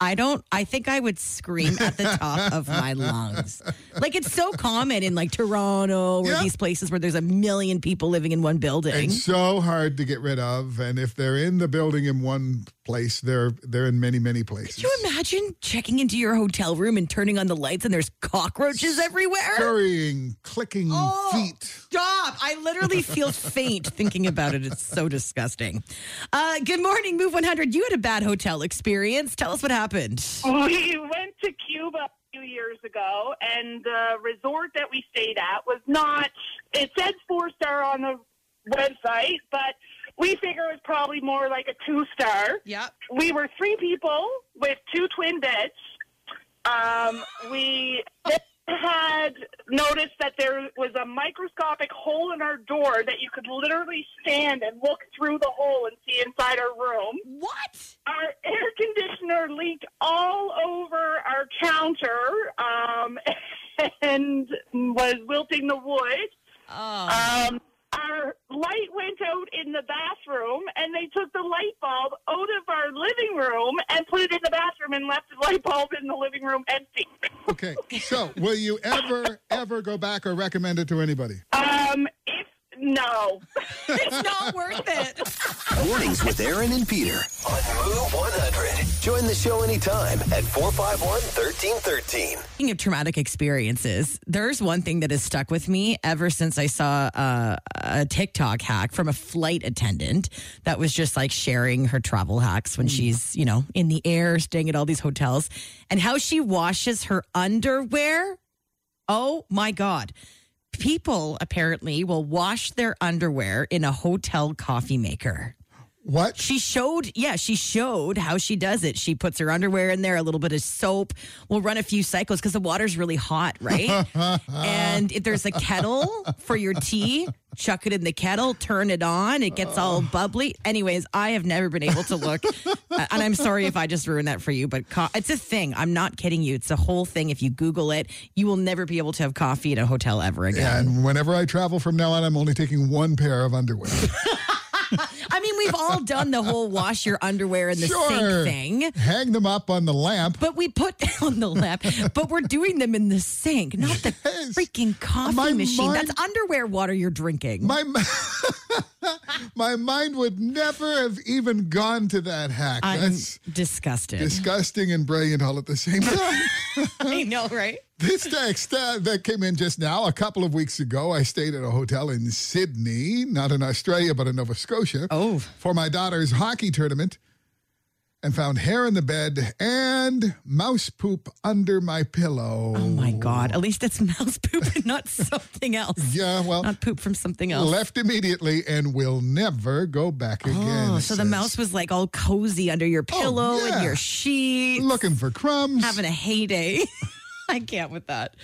Speaker 3: I don't, I think I would scream at the top of my lungs. Like it's so common in like Toronto or
Speaker 4: Yeah.
Speaker 3: these places where there's a million people living in one building.
Speaker 4: It's so hard to get rid of, and if they're in the building in one place, they're they're in many many places.
Speaker 3: Could you imagine checking into your hotel room and turning on the lights and there's cockroaches everywhere?
Speaker 4: Scurrying, clicking
Speaker 3: Oh.
Speaker 4: feet.
Speaker 3: Stop. I literally feel faint thinking about it. It's so disgusting. Uh, good morning, Move 100. You had a bad hotel experience. Tell us what happened.
Speaker 9: We went to Cuba a few years ago, and the resort that we stayed at was not. It said four star on the website, but we figure it was probably more like a two star.
Speaker 3: Yep.
Speaker 9: We were three people with two twin beds. Um, we had noticed that there was a microscopic hole in our door that you could literally stand and look through the hole and see inside our room
Speaker 3: What?
Speaker 9: our air conditioner leaked all over our counter um, and was wilting the wood.
Speaker 3: Oh.
Speaker 9: Um, our light went out in the bathroom, and they took the light bulb out of our living room and put it in the bathroom and left the light bulb in the living room empty.
Speaker 4: Okay, so will you ever ever go back or recommend it to anybody?
Speaker 9: Um, if no,
Speaker 3: It's not worth it.
Speaker 1: Mornings with Aaron and Peter on Move 100. Join the show anytime at 451 1313.
Speaker 3: Speaking of traumatic experiences, there's one thing that has stuck with me ever since I saw a, a TikTok hack from a flight attendant that was just like sharing her travel hacks when she's, you know, in the air, staying at all these hotels, and how she washes her underwear. Oh my God. People apparently will wash their underwear in a hotel coffee maker.
Speaker 4: What?
Speaker 3: She showed, yeah, she showed how she does it. She puts her underwear in there, a little bit of soap. We'll run a few cycles because the water's really hot, right? and if there's a kettle for your tea, chuck it in the kettle, turn it on, it gets all bubbly. Anyways, I have never been able to look, uh, and I'm sorry if I just ruined that for you, but co- it's a thing. I'm not kidding you. It's a whole thing. If you Google it, you will never be able to have coffee at a hotel ever again.
Speaker 4: And whenever I travel from now on, I'm only taking one pair of underwear.
Speaker 3: I mean, we've all done the whole wash your underwear in the sink thing.
Speaker 4: Hang them up on the lamp.
Speaker 3: But we put down the lap, but we're doing them in the sink, not the
Speaker 4: Yes.
Speaker 3: freaking coffee
Speaker 4: My
Speaker 3: machine.
Speaker 4: mind-
Speaker 3: That's underwear water you're drinking.
Speaker 4: My my mind would never have even gone to that hack.
Speaker 3: I'm
Speaker 4: That's
Speaker 3: disgusted.
Speaker 4: disgusting and brilliant all at the same time.
Speaker 3: I know, right?
Speaker 4: this text uh, that came in just now, a couple of weeks ago, I stayed at a hotel in Sydney, not in Australia, but in Nova Scotia,
Speaker 3: Oh.
Speaker 4: for my daughter's hockey tournament, and found hair in the bed and mouse poop under my pillow.
Speaker 3: Oh my god! At least it's mouse poop and not something else.
Speaker 4: Yeah, well,
Speaker 3: Not poop from something else.
Speaker 4: left immediatly and will never go back again.
Speaker 3: oh,
Speaker 4: it
Speaker 3: so the
Speaker 4: says.
Speaker 3: mouse was like all cozy under your pillow
Speaker 4: Oh, yeah.
Speaker 3: and your sheets.
Speaker 4: looking for crumbs.
Speaker 3: having a heyday. I can't with that.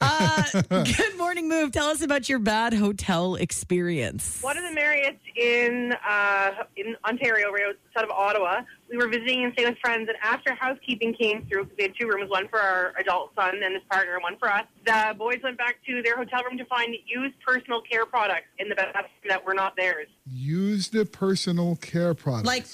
Speaker 3: Uh, good morning, Move. Tell us about your bad hotel experience.
Speaker 9: One of the Marriotts in uh, in Ontario, right outside of Ottawa. We were visiting and staying with friends, and after housekeeping came through, because we had two rooms, one for our adult son and his partner, and one for us. The boys went back to their hotel room to find used personal care products in the bathroom that were not theirs,
Speaker 4: Use the personal care products.
Speaker 3: Like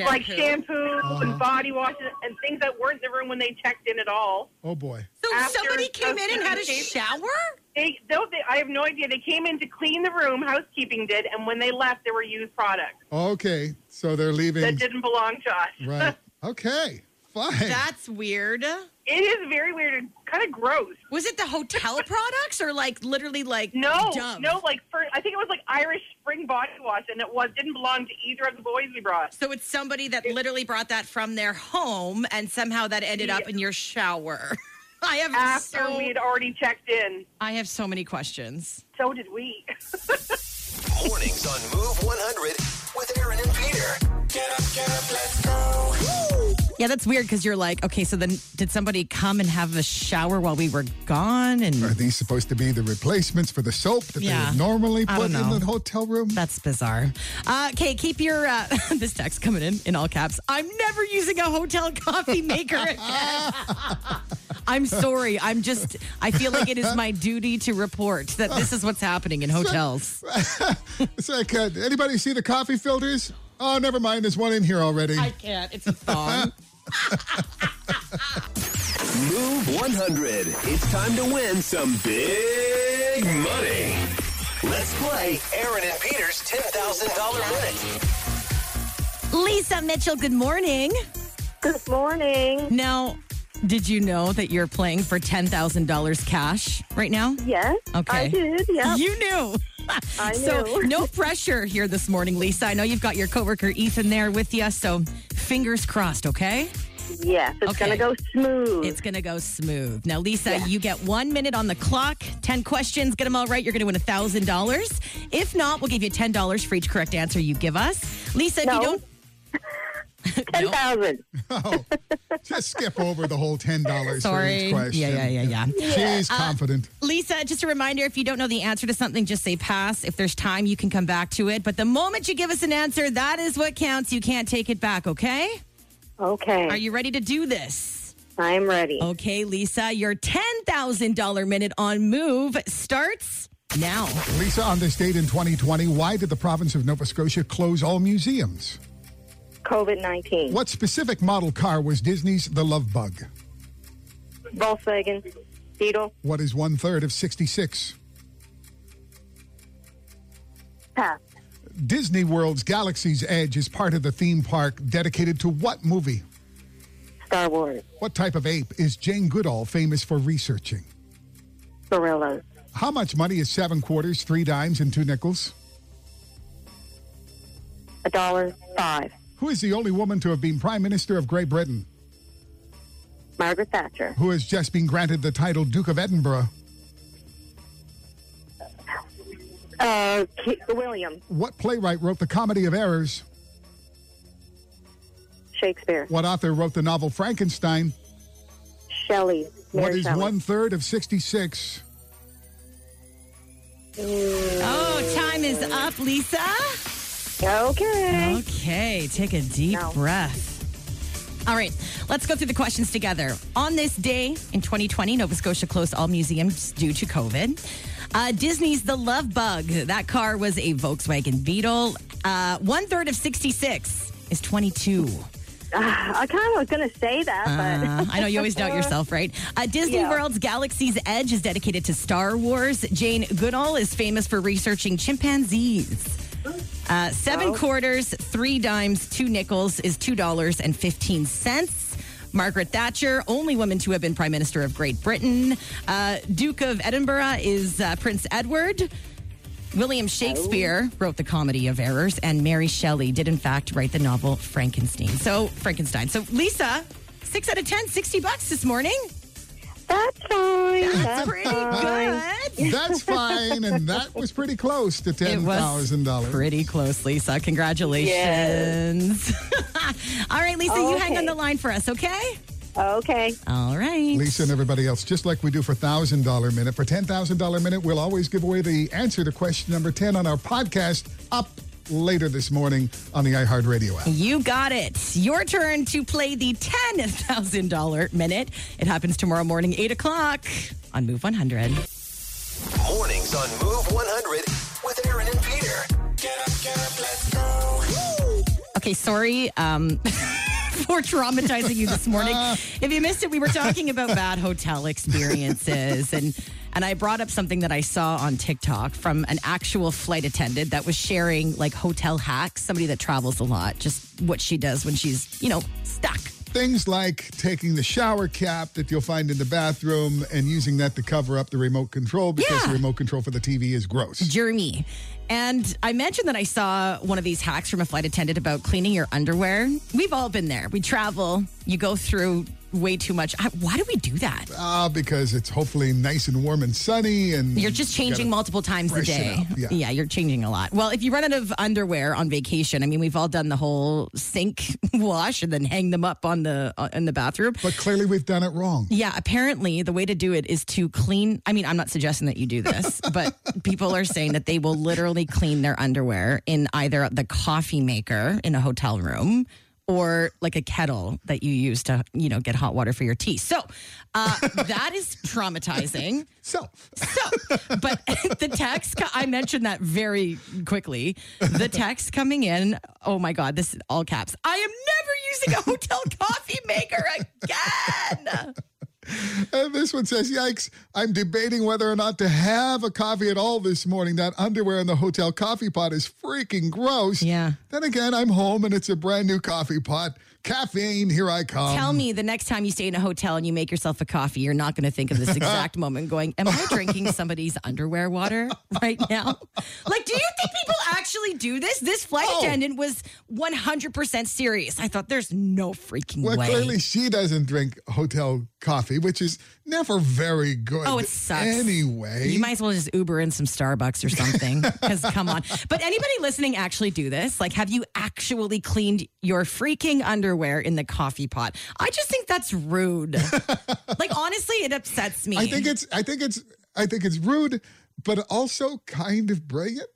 Speaker 9: like shampoo and body washes and things that weren't in the room when they checked in at all.
Speaker 4: oh boy.
Speaker 3: So
Speaker 9: After
Speaker 3: somebody came in and had a
Speaker 9: housekeeping.
Speaker 3: shower?
Speaker 9: They, though they, I have no idea. They came in to clean the room, housekeeping did, and when they left, there were used products
Speaker 4: Okay, so they're
Speaker 9: that
Speaker 4: leaving.
Speaker 9: didn't belong to us.
Speaker 4: Right. Okay. Fine.
Speaker 3: That's weird.
Speaker 9: It is very weird and kind of gross.
Speaker 3: Was it the hotel products or like literally like
Speaker 9: No,
Speaker 3: Dove?
Speaker 9: no, like for I think it was like Irish Spring body wash, and it was didn't belong to either of the boys we brought.
Speaker 3: So it's somebody that literally brought that from their home and somehow that ended up in your shower. I have
Speaker 9: After
Speaker 3: so,
Speaker 9: we had already checked in,
Speaker 3: I have so many questions.
Speaker 9: so did we.
Speaker 1: Mornings on Move 100 with Aaron and Peter. Get up, get up, let's go.
Speaker 3: Yeah, that's weird because you're like, okay, so then did somebody come and have a shower while we were gone?
Speaker 4: Are
Speaker 3: And
Speaker 4: these supposed to be the replacements for the soap that
Speaker 3: Yeah.
Speaker 4: they would normally
Speaker 3: I
Speaker 4: put in
Speaker 3: don't know.
Speaker 4: the hotel room?
Speaker 3: that's bizarre. Uh, okay, keep your uh, this text coming in in all caps. I'm never using a hotel coffee maker again. I'm sorry. I'm just. I feel like it is my duty to report that this is what's happening in hotels.
Speaker 4: it's like, uh, anybody see the coffee filters? Oh, never mind. There's one in here already.
Speaker 3: I can't. It's a thong.
Speaker 1: Move 100. It's time to win some big money. Let's play Aaron and Peter's $10,000 minute.
Speaker 3: Lisa Mitchell. Good morning.
Speaker 10: Good morning.
Speaker 3: Now, did you know that you're playing for ten thousand dollars cash right now?
Speaker 10: Yes.
Speaker 3: Okay.
Speaker 10: I did. Yeah.
Speaker 3: You knew.
Speaker 10: I
Speaker 3: So
Speaker 10: knew.
Speaker 3: no pressure here this morning, Lisa. I know you've got your coworker Ethan there with you, so fingers crossed, okay?
Speaker 10: yes. It's
Speaker 3: Okay.
Speaker 10: gonna go smooth.
Speaker 3: It's gonna go smooth. Now, Lisa, you get one minute on the clock, ten questions, get them all right, you're gonna win a thousand dollars. If not, we'll give you ten dollars for each correct answer you give us. Lisa, if
Speaker 10: No.
Speaker 3: you don't
Speaker 10: ten thousand.
Speaker 4: Oh, just skip over the whole ten dollars for
Speaker 3: Sorry.
Speaker 4: each question.
Speaker 3: Yeah, yeah, yeah, Uh, yeah.
Speaker 4: She's confident.
Speaker 3: Lisa, just a reminder if you don't know the answer to something, just say pass. If there's time, you can come back to it. But the moment you give us an answer, that is what counts. You can't take it back, okay?
Speaker 10: Okay.
Speaker 3: Are you Oh. ready to do this?
Speaker 10: I'm ready.
Speaker 3: Okay, Lisa, your $10,000 minute on move starts now.
Speaker 4: Lisa, on this date in 2020, why did the province of Nova Scotia close all museums?
Speaker 10: COVID nineteen.
Speaker 4: What specific model car was Disney's The Love Bug?
Speaker 10: Volkswagen. Beetle.
Speaker 4: What is one third of 66?
Speaker 10: Pass.
Speaker 4: Disney World's Galaxy's Edge is part of the theme park dedicated to what movie?
Speaker 10: Star Wars.
Speaker 4: What type of ape is Jane Goodall famous for researching?
Speaker 10: Gorillas.
Speaker 4: How much money is seven quarters, three dimes, and two nickels?
Speaker 10: A dollar five.
Speaker 4: Who is the only woman to have been Prime Minister of Great Britain?
Speaker 10: Margaret Thatcher.
Speaker 4: Who has just been granted the title Duke of Edinburgh?
Speaker 10: Uh, Ki- William.
Speaker 4: What playwright wrote the Comedy of Errors?
Speaker 10: Shakespeare.
Speaker 4: What author wrote the novel Frankenstein?
Speaker 10: Shelley.
Speaker 4: What
Speaker 10: Mary
Speaker 4: is
Speaker 10: Shelley.
Speaker 4: one third of 66?
Speaker 3: Oh, time is up, Lisa.
Speaker 10: Okay.
Speaker 3: Okay, take a deep
Speaker 10: No.
Speaker 3: breath. All right, let's go through the questions together. On this day in 2020, Nova Scotia closed all museums due to COVID. Uh, Disney's The Love Bug. That car was a Volkswagen Beetle. Uh, one third of 66 is 22.
Speaker 10: I kind of was going to say that,
Speaker 3: Uh,
Speaker 10: but
Speaker 3: I know you always doubt yourself, right? Uh, Disney
Speaker 10: Yeah.
Speaker 3: World's Galaxy's Edge is dedicated to Star Wars. Jane Goodall is famous for researching chimpanzees. Uh, seven quarters, three dimes, two nickels is $2.15. Margaret Thatcher, only woman to have been Prime Minister of Great Britain. Uh, Duke of Edinburgh is uh, Prince Edward. William
Speaker 10: Oh.
Speaker 3: Shakespeare wrote the Comedy of Errors, and Mary Shelley did, in fact, write the novel Frankenstein. So, Frankenstein. So, Lisa, six out of 10, 60 bucks this morning.
Speaker 10: that's fine. That's,
Speaker 3: Pretty
Speaker 10: fine.
Speaker 3: good.
Speaker 4: That's fine. And that was pretty close to
Speaker 3: It was
Speaker 4: $10,000.
Speaker 3: Pretty close, Lisa. Congratulations. All right, Lisa, you hang
Speaker 10: Okay.
Speaker 3: on the line for us, okay?
Speaker 10: Okay.
Speaker 3: All right.
Speaker 4: Lisa and everybody else, just like we do for $1,000 Minute, for $10,000 Minute, we'll always give away the answer to question number 10 on our podcast up later this morning on the iHeartRadio app.
Speaker 3: You got it. Your turn to play the $10,000 minute. It happens tomorrow morning, 8 o'clock on Move 100.
Speaker 1: Mornings on Move 100 with Aaron and Peter. Get up, get up, let's go.
Speaker 3: Okay, sorry um, for traumatizing you this morning. if you missed it, we were talking about bad hotel experiences and and I brought up something that I saw on TikTok from an actual flight attendant that was sharing like hotel hacks, somebody that travels a lot, just what she does when she's, you know, stuck.
Speaker 4: Things like taking the shower cap that you'll find in the bathroom and using that to cover up the remote control because
Speaker 3: Yeah.
Speaker 4: the remote control for the TV is gross.
Speaker 3: Jeremy. And I mentioned that I saw one of these hacks from a flight attendant about cleaning your underwear. We've all been there. We travel, you go through way too much. I- Why do we do that?
Speaker 4: Ah, because it's hopefully nice and warm and sunny and
Speaker 3: You're just changing
Speaker 4: gotta-
Speaker 3: multiple times a
Speaker 4: freshen
Speaker 3: day.
Speaker 4: up, yeah.
Speaker 3: you're changing a lot. Well, if you run out of underwear on vacation, I mean, we've all done the whole sink wash and then hang them up on the uh, in the bathroom.
Speaker 4: But clearly we've done it wrong.
Speaker 3: Yeah, apparently the way to do it is to clean. I mean, I'm not suggesting that you do this, but people are saying that they will literally clean their underwear in either the coffee maker in a hotel room or like a kettle that you use to, you know, get hot water for your tea. So uh, that is traumatizing.
Speaker 4: So
Speaker 3: So, but the text, co- I mentioned that very quickly. The text coming in, oh my God, this is all caps. I am never using a hotel coffee maker again.
Speaker 4: And uh, this one says, Yikes, I'm debating whether or not to have a coffee at all this morning. That underwear in the hotel coffee pot is freaking gross.
Speaker 3: Yeah.
Speaker 4: Then again, I'm home and it's a brand new coffee pot. Caffeine, here I come.
Speaker 3: Tell me the next time you stay in a hotel and you make yourself a coffee, you're not going to think of this exact moment going, Am I drinking somebody's underwear water right now? Like, do you think people actually do this? This flight
Speaker 4: Oh.
Speaker 3: attendant was 100% serious. I thought there's no freaking
Speaker 4: Well,
Speaker 3: way.
Speaker 4: clearly she doesn't drink hotel coffee, which is never very good.
Speaker 3: Oh, it sucks.
Speaker 4: Anyway,
Speaker 3: You might as well just Uber in some Starbucks or something. Because come on. But anybody listening actually do this? Like, have you actually cleaned your freaking underwear in the coffee pot? I just think that's rude. like, honestly, it upsets me.
Speaker 4: I think it's, I think it's, I think it's rude, but also kind of brilliant.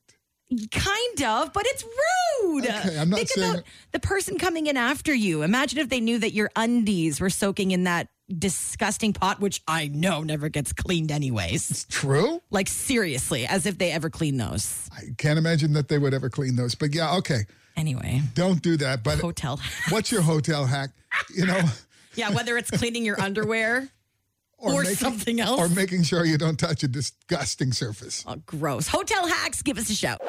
Speaker 3: kind of, but it's rude.
Speaker 4: Okay, I'm not
Speaker 3: think
Speaker 4: saying-
Speaker 3: about the person coming in after you. Imagine if they knew that your undies were soaking in that disgusting pot, which I know never gets cleaned anyways.
Speaker 4: True.
Speaker 3: Like, seriously, as if they ever clean those.
Speaker 4: I can't imagine that they would ever clean those. But yeah, okay,
Speaker 3: Anyway.
Speaker 4: don't do that. But
Speaker 3: Hotel.
Speaker 4: what's your hotel hack? You know.
Speaker 3: Yeah, whether it's cleaning your underwear. Or something else.
Speaker 4: Or
Speaker 3: Uh,
Speaker 4: making sure you don't touch a disgusting surface.
Speaker 3: Oh, gross. Hotel hacks, give us a shout.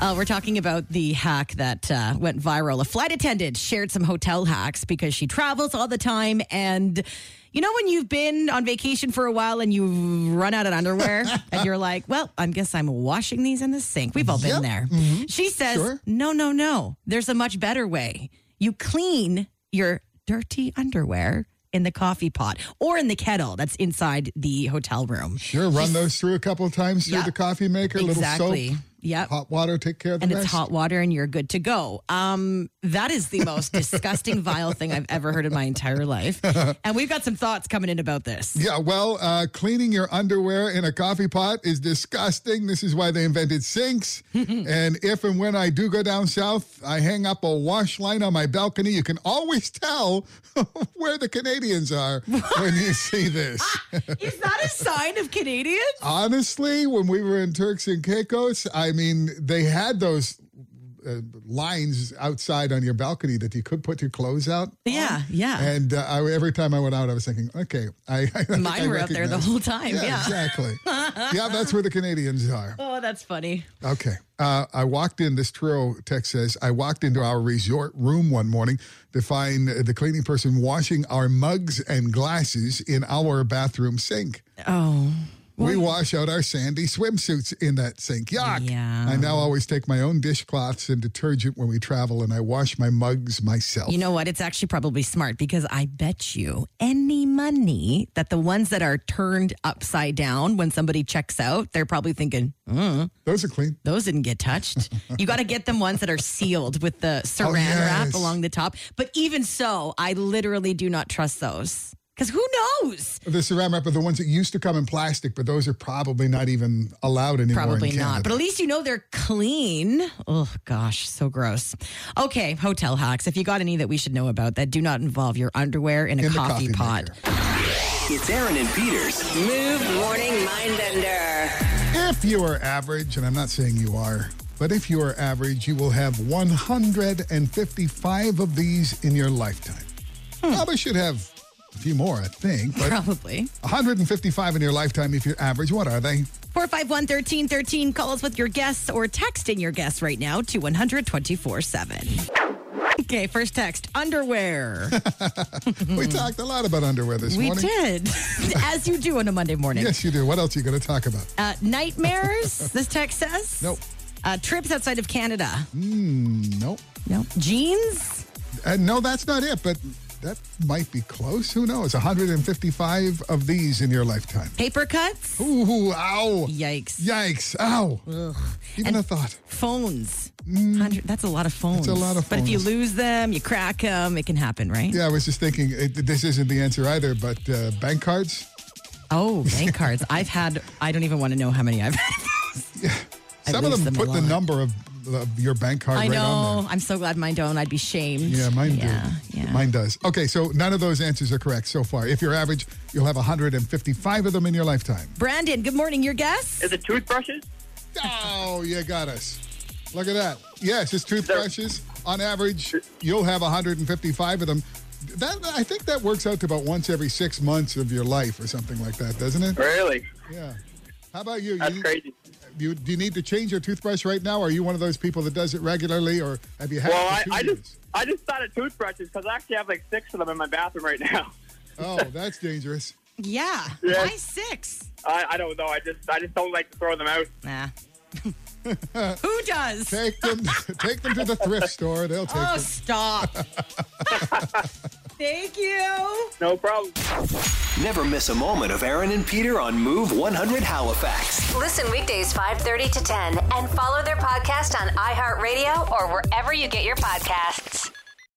Speaker 3: Uh, we're talking about the hack that uh, went viral. A flight attendant shared some hotel hacks because she travels all the time. And you know, when you've been on vacation for a while and you run out of underwear and you're like, well, I guess I'm washing these in the sink. We've all been there. She says,
Speaker 4: Mm-hmm. Sure.
Speaker 3: no, no, no. There's a much better way. You clean your dirty underwear in the coffee pot or in the kettle that's inside the hotel room.
Speaker 4: Sure, run those through a couple of times through
Speaker 3: Yeah.
Speaker 4: the coffee maker,
Speaker 3: exactly.
Speaker 4: little soap,
Speaker 3: Yep.
Speaker 4: hot water, take care of the
Speaker 3: and
Speaker 4: rest.
Speaker 3: it's hot water and you're good to go. Um, that is the most disgusting, vile thing I've ever heard in my entire life. And we've got some thoughts coming in about this.
Speaker 4: Yeah, well, uh, cleaning your underwear in a coffee pot is disgusting. This is why they invented sinks. and if and when I do go down south, I hang up a wash line on my balcony. You can always tell where the Canadians are when you see this.
Speaker 3: Is that a sign of Canadian?
Speaker 4: Honestly, when we were in Turks and Caicos, I mean, they had those uh, lines outside on your balcony that you could put your clothes out.
Speaker 3: Yeah, yeah.
Speaker 4: And uh, I, every time I went out, I was thinking, okay, I, I think I
Speaker 3: Mine were out there the
Speaker 4: recognize-
Speaker 3: whole time. Yeah.
Speaker 4: exactly. yeah, that's where the Canadians are.
Speaker 3: Oh, that's funny.
Speaker 4: Okay. Uh, I walked in, this Truro text says, I walked into our resort room one morning to find the cleaning person washing our mugs and glasses in our bathroom sink.
Speaker 3: Oh,
Speaker 4: We wash out our sandy swimsuits in that sink. Yuck.
Speaker 3: Yeah.
Speaker 4: I now always take my own dishcloths and detergent when we travel, and I wash my mugs myself.
Speaker 3: you know what? It's actually probably smart because I bet you any money that the ones that are turned upside down when somebody checks out, they're probably thinking, mm,
Speaker 4: Those are clean.
Speaker 3: Those didn't get touched. You got to get them ones that are sealed with the saran
Speaker 4: Oh, yes.
Speaker 3: wrap along the top. But even so, I literally do not trust those because who knows?
Speaker 4: The saran wrap are the ones that used to come in plastic, but those are probably not even allowed anymore. in
Speaker 3: Probably
Speaker 4: Canada.
Speaker 3: not. But at least you know they're clean. Oh gosh, so gross. Okay, hotel hacks. If you got any that we should know about that do not involve your underwear in a
Speaker 4: In the
Speaker 3: coffee,
Speaker 4: coffee
Speaker 3: pot.
Speaker 4: maker.
Speaker 1: It's Aaron and Peter's
Speaker 2: Move Morning Mindbender.
Speaker 4: If you are average, and I'm not saying you are, but if you are average, you will have 155 of these in your lifetime.
Speaker 3: Hmm.
Speaker 4: Probably should have a few more, I think, but
Speaker 3: Probably.
Speaker 4: 155 in your lifetime if you're average. What are they?
Speaker 3: 451 1313. Call us with your guests or text in your guests right now to 124 7. Okay, first text underwear.
Speaker 4: We talked a lot about underwear this
Speaker 3: Hmm. We
Speaker 4: morning.
Speaker 3: did, as you do on a Monday morning.
Speaker 4: Yes, you do. What else are you going to talk about?
Speaker 3: Uh, nightmares, this text says.
Speaker 4: Nope.
Speaker 3: Uh, trips outside of Canada.
Speaker 4: Nope.
Speaker 3: Nope. Jeans.
Speaker 4: And no, that's not it, but that might be close. Who knows? 155 of these in your lifetime.
Speaker 3: Paper cuts.
Speaker 4: Ooh, ow.
Speaker 3: Yikes.
Speaker 4: Yikes. Ow. Even
Speaker 3: And-
Speaker 4: a thought.
Speaker 3: Phones. Hundred- That's a lot of phones.
Speaker 4: Mm. a lot of
Speaker 3: But if you
Speaker 4: phones.
Speaker 3: lose them, you crack them, it can happen, right?
Speaker 4: Yeah, I was just thinking it, this isn't the answer either, but uh, bank cards.
Speaker 3: Oh, bank cards. I've had, I don't even want to know how many I've had. I
Speaker 4: Some of
Speaker 3: lose
Speaker 4: them,
Speaker 3: them a
Speaker 4: put the
Speaker 3: lot.
Speaker 4: number of, of your bank card
Speaker 3: I
Speaker 4: right
Speaker 3: know.
Speaker 4: on
Speaker 3: I'm so glad mine don't. I'd be shamed.
Speaker 4: there. Yeah, mine
Speaker 3: yeah,
Speaker 4: do.
Speaker 3: Yeah.
Speaker 4: Mine does. Okay, so none of those answers are correct so far. If you're average, you'll have 155 of them in your lifetime.
Speaker 3: Brandon, good morning. Your guess?
Speaker 11: Is it toothbrushes?
Speaker 4: Oh, you got us. Look at that. Yes, it's toothbrushes. On average, you'll have 155 of them. That I think that works out to about once every six months of your life or something like that, doesn't it?
Speaker 11: Really?
Speaker 4: Yeah. How about you?
Speaker 11: That's
Speaker 4: You-
Speaker 11: crazy.
Speaker 4: You, do you need to change your toothbrush right now? Are you one of those people that does it regularly, or have you had?
Speaker 11: Well, I,
Speaker 4: it for two
Speaker 11: I
Speaker 4: years?
Speaker 11: just I just thought of toothbrushes because I actually have like six of them in my bathroom right now.
Speaker 4: Oh, that's dangerous.
Speaker 3: Yeah.
Speaker 11: Yeah.
Speaker 3: Why six?
Speaker 11: I, I don't know. I just I just don't like to throw them out.
Speaker 3: Nah. Who does?
Speaker 4: Take them, take them to the thrift store. They'll take
Speaker 3: Oh,
Speaker 4: them.
Speaker 3: stop. Thank you.
Speaker 11: No problem.
Speaker 1: Never miss a moment of Aaron and Peter on Move 100 Halifax.
Speaker 2: Listen weekdays 5:30 to 10 and follow their podcast on iHeartRadio or wherever you get your podcasts.